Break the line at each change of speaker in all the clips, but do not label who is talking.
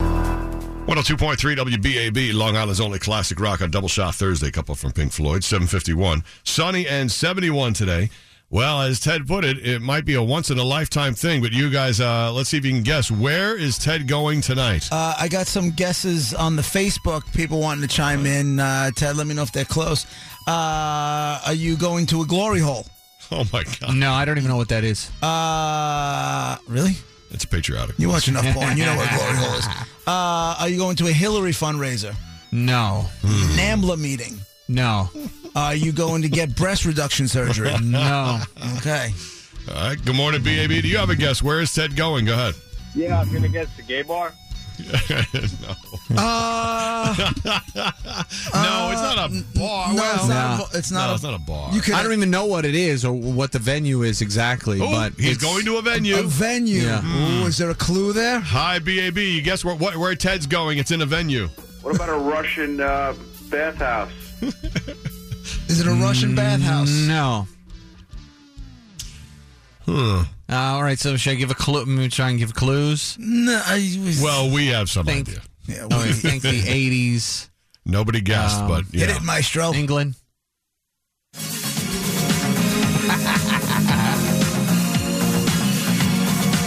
102.3 WBAB, Long Island's only classic rock on Double Shot Thursday, couple from Pink Floyd, 751. Sunny and 71 today. Well, as Ted put it, it might be a once in a lifetime thing, but you guys, uh, let's see if you can guess. Where is Ted going tonight?
Uh, I got some guesses on the Facebook. People wanting to chime in. Uh, Ted, let me know if they're close. Uh, are you going to a glory hole?
oh my God.
No, I don't even know what that is.
Uh, really?
It's patriotic.
You watch enough porn. You know what glory hole is. Uh, are you going to a Hillary fundraiser?
No,
An AMLA meeting?
no,
Are you going to get breast reduction surgery?
no.
Okay.
All right. Good morning, BAB. Do you have a guess? Where is Ted going? Go ahead.
Yeah, I'm gonna guess the gay bar.
no. no, it's not a bar.
Uh, No,
Well,
it's not. A, it's not.
no,
a,
it's not a bar.
You could.
I don't even know what it is or what the venue is exactly.
Ooh,
but
he's
it's-
going to a venue.
a venue.
Yeah.
Ooh, is there a clue there?
Hi, BAB. You guess where, what, where Ted's going? It's in a venue.
What about a Russian uh, bathhouse?
Is it a Russian bathhouse?
No. Hmm. all right. So should I give a clue? I'm gonna try and give clues.
No, I was.
Well, we have some
Think-
idea.
yeah,
I
well,
would think the '80s
Nobody guessed,
Um,
but
hit
yeah.
it, Maestro.
England.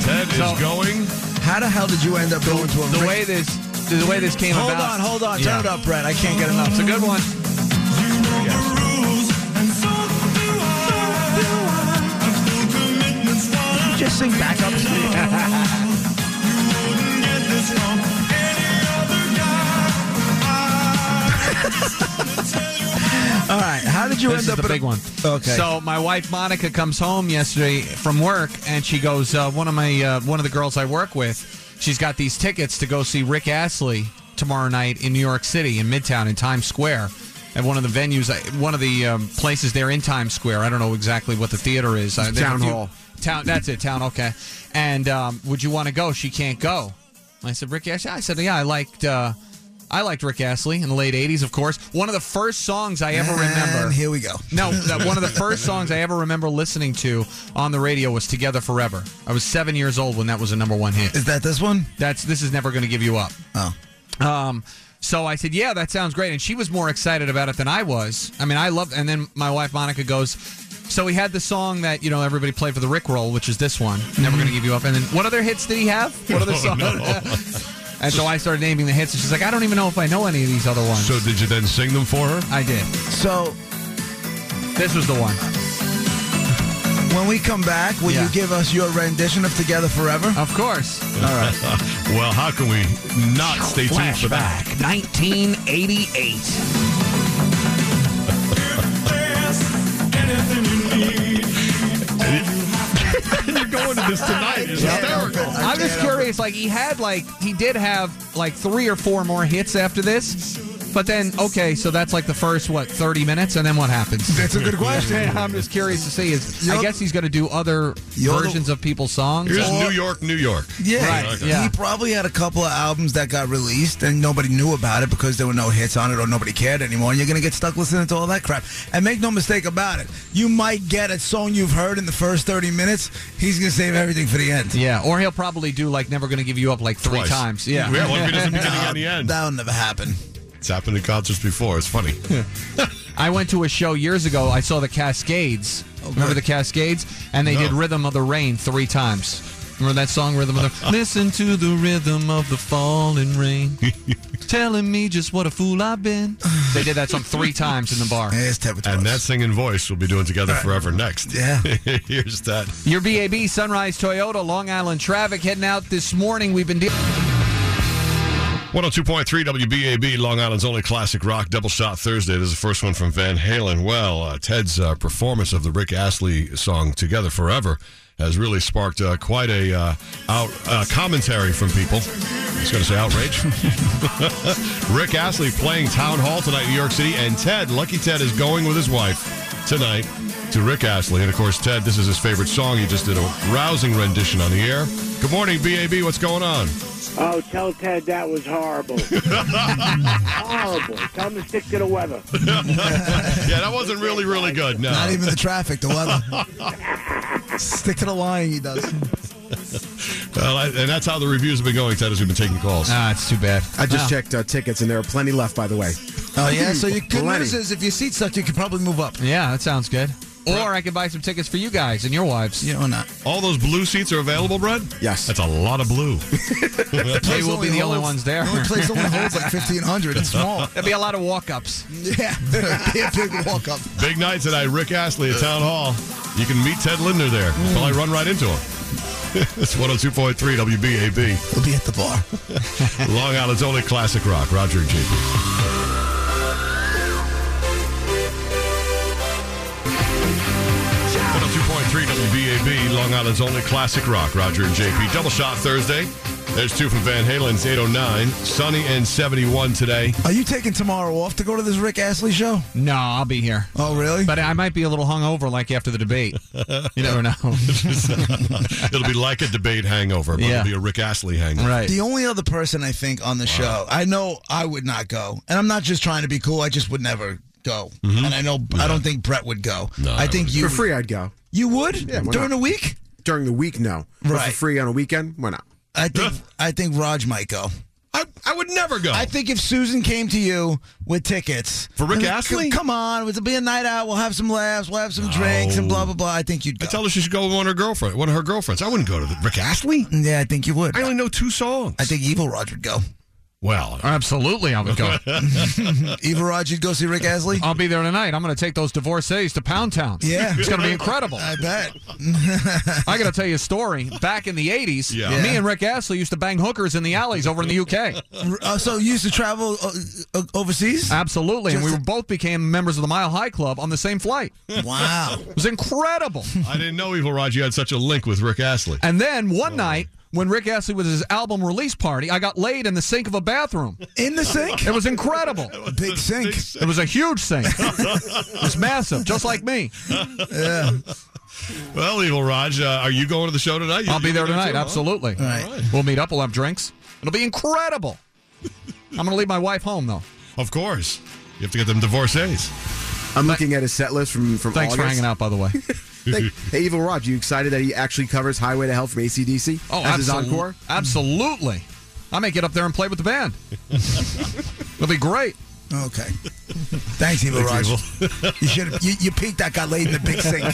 Ted
So-
is going.
How the hell did you end up going to a
The
ra-
way this, the way this came
Hold
about.
on, hold on.
Yeah.
Turn it up, Brett. I can't get enough.
It's a good one.
Did you just sing backups? All right. How did you
This
end up
is the
in a-
big one.
Okay.
So my wife Monica comes home yesterday from work, and she goes, uh, "One of my uh, one of the girls I work with, she's got these tickets to go see Rick Astley tomorrow night in New York City in Midtown in Times Square." At one of the venues, I- one of the um, places there in Times Square. I don't know exactly what the theater is. Uh, there's a
Town
few-
Hall.
Town. That's it. Town. Okay. And um, would you want to go? She can't go. I said, Rick Astley. I said, yeah, I liked. Uh, I liked Rick Astley in the late '80s, of course. One of the first songs I ever remember.
And here we go.
No, that one of the first songs I ever remember listening to on the radio was "Together Forever." I was seven years old when that was a number one hit.
Is that this one?
That's this is never going to give you up.
Oh.
Um, so I said, "Yeah, that sounds great," and she was more excited about it than I was. I mean, I loved. And then my wife Monica goes, "So he had the song that you know everybody played for the Rick Roll, which is this one, Never Going to Give You Up." And then what other hits did he have? What other songs? and so I started naming the hits, and she's like, "I don't even know if I know any of these other ones."
So did you then sing them for her?
I did.
So
This was the one.
when we come back, will
Yeah.
you give us your rendition of Together Forever?
Of course.
Well, how can we not stay tuned for that?
1988.
You're going to this tonight. It's
Yeah.
hysterical.
I
I'm just
can't
curious. Like he had, like he did have, like three or four more hits after this. But then, okay, so that's like the first what 30 minutes, and then what happens?
That's a good question.
I'm just curious to see. Is I
You're-
guess he's going to do other
You're the-
versions of people's songs.
Here's
Or-
New York, New York.
Yeah,
Right,
he
yeah.
probably had a couple of albums that got released and nobody knew about it because there were no hits on it or nobody cared anymore. And you're gonna get stuck listening to all that crap. And make no mistake about it, you might get a song you've heard in the first 30 minutes. He's gonna save everything for the end.
Yeah, or he'll probably do like "Never Gonna Give You Up" like three
Twice.
times. Yeah,
Yeah, one bit is the beginning and the end.
That'll never happen.
It's happened in concerts before. It's funny.
I went to a show years ago. I saw the Cascades. Remember the Cascades? And they
No.
did "Rhythm of the Rain" three times. Remember that song, "Rhythm of the"? Listen to the rhythm of the falling rain, telling me just what a fool I've been. They did that song three times in the bar.
It's Ted
And that singing voice we'll be doing together forever next.
Yeah.
Here's that.
Your BAB Sunrise Toyota Long Island traffic heading out this morning. We've been dealing.
102.3 WBAB, Long Island's only classic rock double shot Thursday. This is the first one from Van Halen. Well, uh, Ted's uh, performance of the Rick Astley song Together Forever has really sparked uh, quite a uh, out, uh, commentary from people. I was going to say outrage. Rick Astley playing Town Hall tonight in New York City, and Ted, Lucky Ted, is going with his wife tonight to Rick Astley. And of course, Ted, this is his favorite song. He just did a rousing rendition on the air. Good morning, BAB. What's going on?
Oh, tell Ted that was horrible. horrible. Tell him to stick to the weather.
Yeah, that wasn't really, really good. No.
Not even the traffic, the weather. Stick to the lying he does.
Well, I- and that's how the reviews have been going, Ted, as we've been taking calls.
Ah, it's too bad.
I just
Ah.
checked uh, tickets, and there are plenty left, by the way.
Oh yeah, so you good
Plenty.
news is if your seat sucked, you could probably move up.
Yeah, that sounds good. Or I could buy some tickets for you guys and your wives.
Yeah, or not.
All those blue seats are available, Brad?
Yes.
That's a lot of blue.
They will be the only ones there.
The only place only holds like fifteen hundred. It's small.
There'll be a lot of walk-ups.
Yeah, be a big walk up.
Big night tonight, Rick Astley at Town Hall. You can meet Ted Linder there. Probably run right into him. it's 102.3 WBAB,
We'll be at the bar.
Long Island's only classic rock. Roger and JP. One hundred two point three WBAB, Long Island's only classic rock. Roger and JP. Double shot Thursday. There's two from Van Halen's 809. Sunny and 71 today.
Are you taking tomorrow off to go to this Rick Astley show?
No, I'll be here.
Oh really?
But I might be a little hungover like after the debate. You never know.
It'll be like a debate hangover, but
Yeah.
it'll be a Rick Astley hangover.
right.
The only other person I think on the show, I know I would not go, and I'm not just trying to be cool. I just would never go, and I know I don't think Brett would go.
Mm-hmm. No, I
I think you
For free, I'd go.
You would
why
during
not?
the week.
During the week, no. But for
Right.
free on a weekend, why not?
I think I think Raj might go.
I, I would never go.
I think if Susan came to you with tickets
Oh. For Rick
and,
Astley?
"C- come on, it'll be a night out. We'll have some laughs, we'll have some drinks, and blah blah blah. I think you'd
I
go.
tell her she should go with one of her girlfriend, one of her girlfriends. I wouldn't go to the Rick Astley.
yeah, I think you would.
I only know two songs.
I think Evil Raj would go.
Well,
Absolutely, I would go.
Uh,
Evil Raj, you'd go see Rick Astley.
I'll be there tonight. I'm going to take those divorcees to Pound Town.
Yeah.
It's going to be incredible.
I bet.
I got to tell you a story. Back in the 80s,
Yeah.
me and Rick Astley used to bang hookers in the alleys over in the UK.
Uh, so you used to travel uh, uh, overseas?
Absolutely. and we
Just-
were both became members of the Mile High Club on the same flight. It
Wow.
was incredible.
I didn't know Evil Raji had such a link with Rick Astley.
and then one
Oh.
night, when Rick Astley was at his album release party, I got laid in the sink of a bathroom.
In the sink?
It was incredible.
Big sink.
It was a huge sink. It was massive, just like me.
Well, Evil Raj, uh, are you going to the show tonight? You-
I'll be
you
there
too,
tonight.
huh?
Absolutely.
right.
We'll meet up. We'll have drinks. It'll be incredible. I'm going to leave my wife home, though.
Of course. You have to get them divorcees.
I'm looking at his set list from from
Thanks for
August.
hanging out, by the way.
Thank- hey, Evil Rod, you excited that he actually covers Highway to Hell from ACDC
Oh,
as his
absolu-
encore?
Absolutely. I may get up there and play with the band. It'll be great.
Okay. Thanks, Evil Raj. You should have. You, you peaked that got laid in the big sink.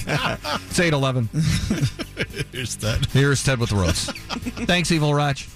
It's 8 11.
Here's that.
Here's Ted with the Rose. Thanks, Evil Raj.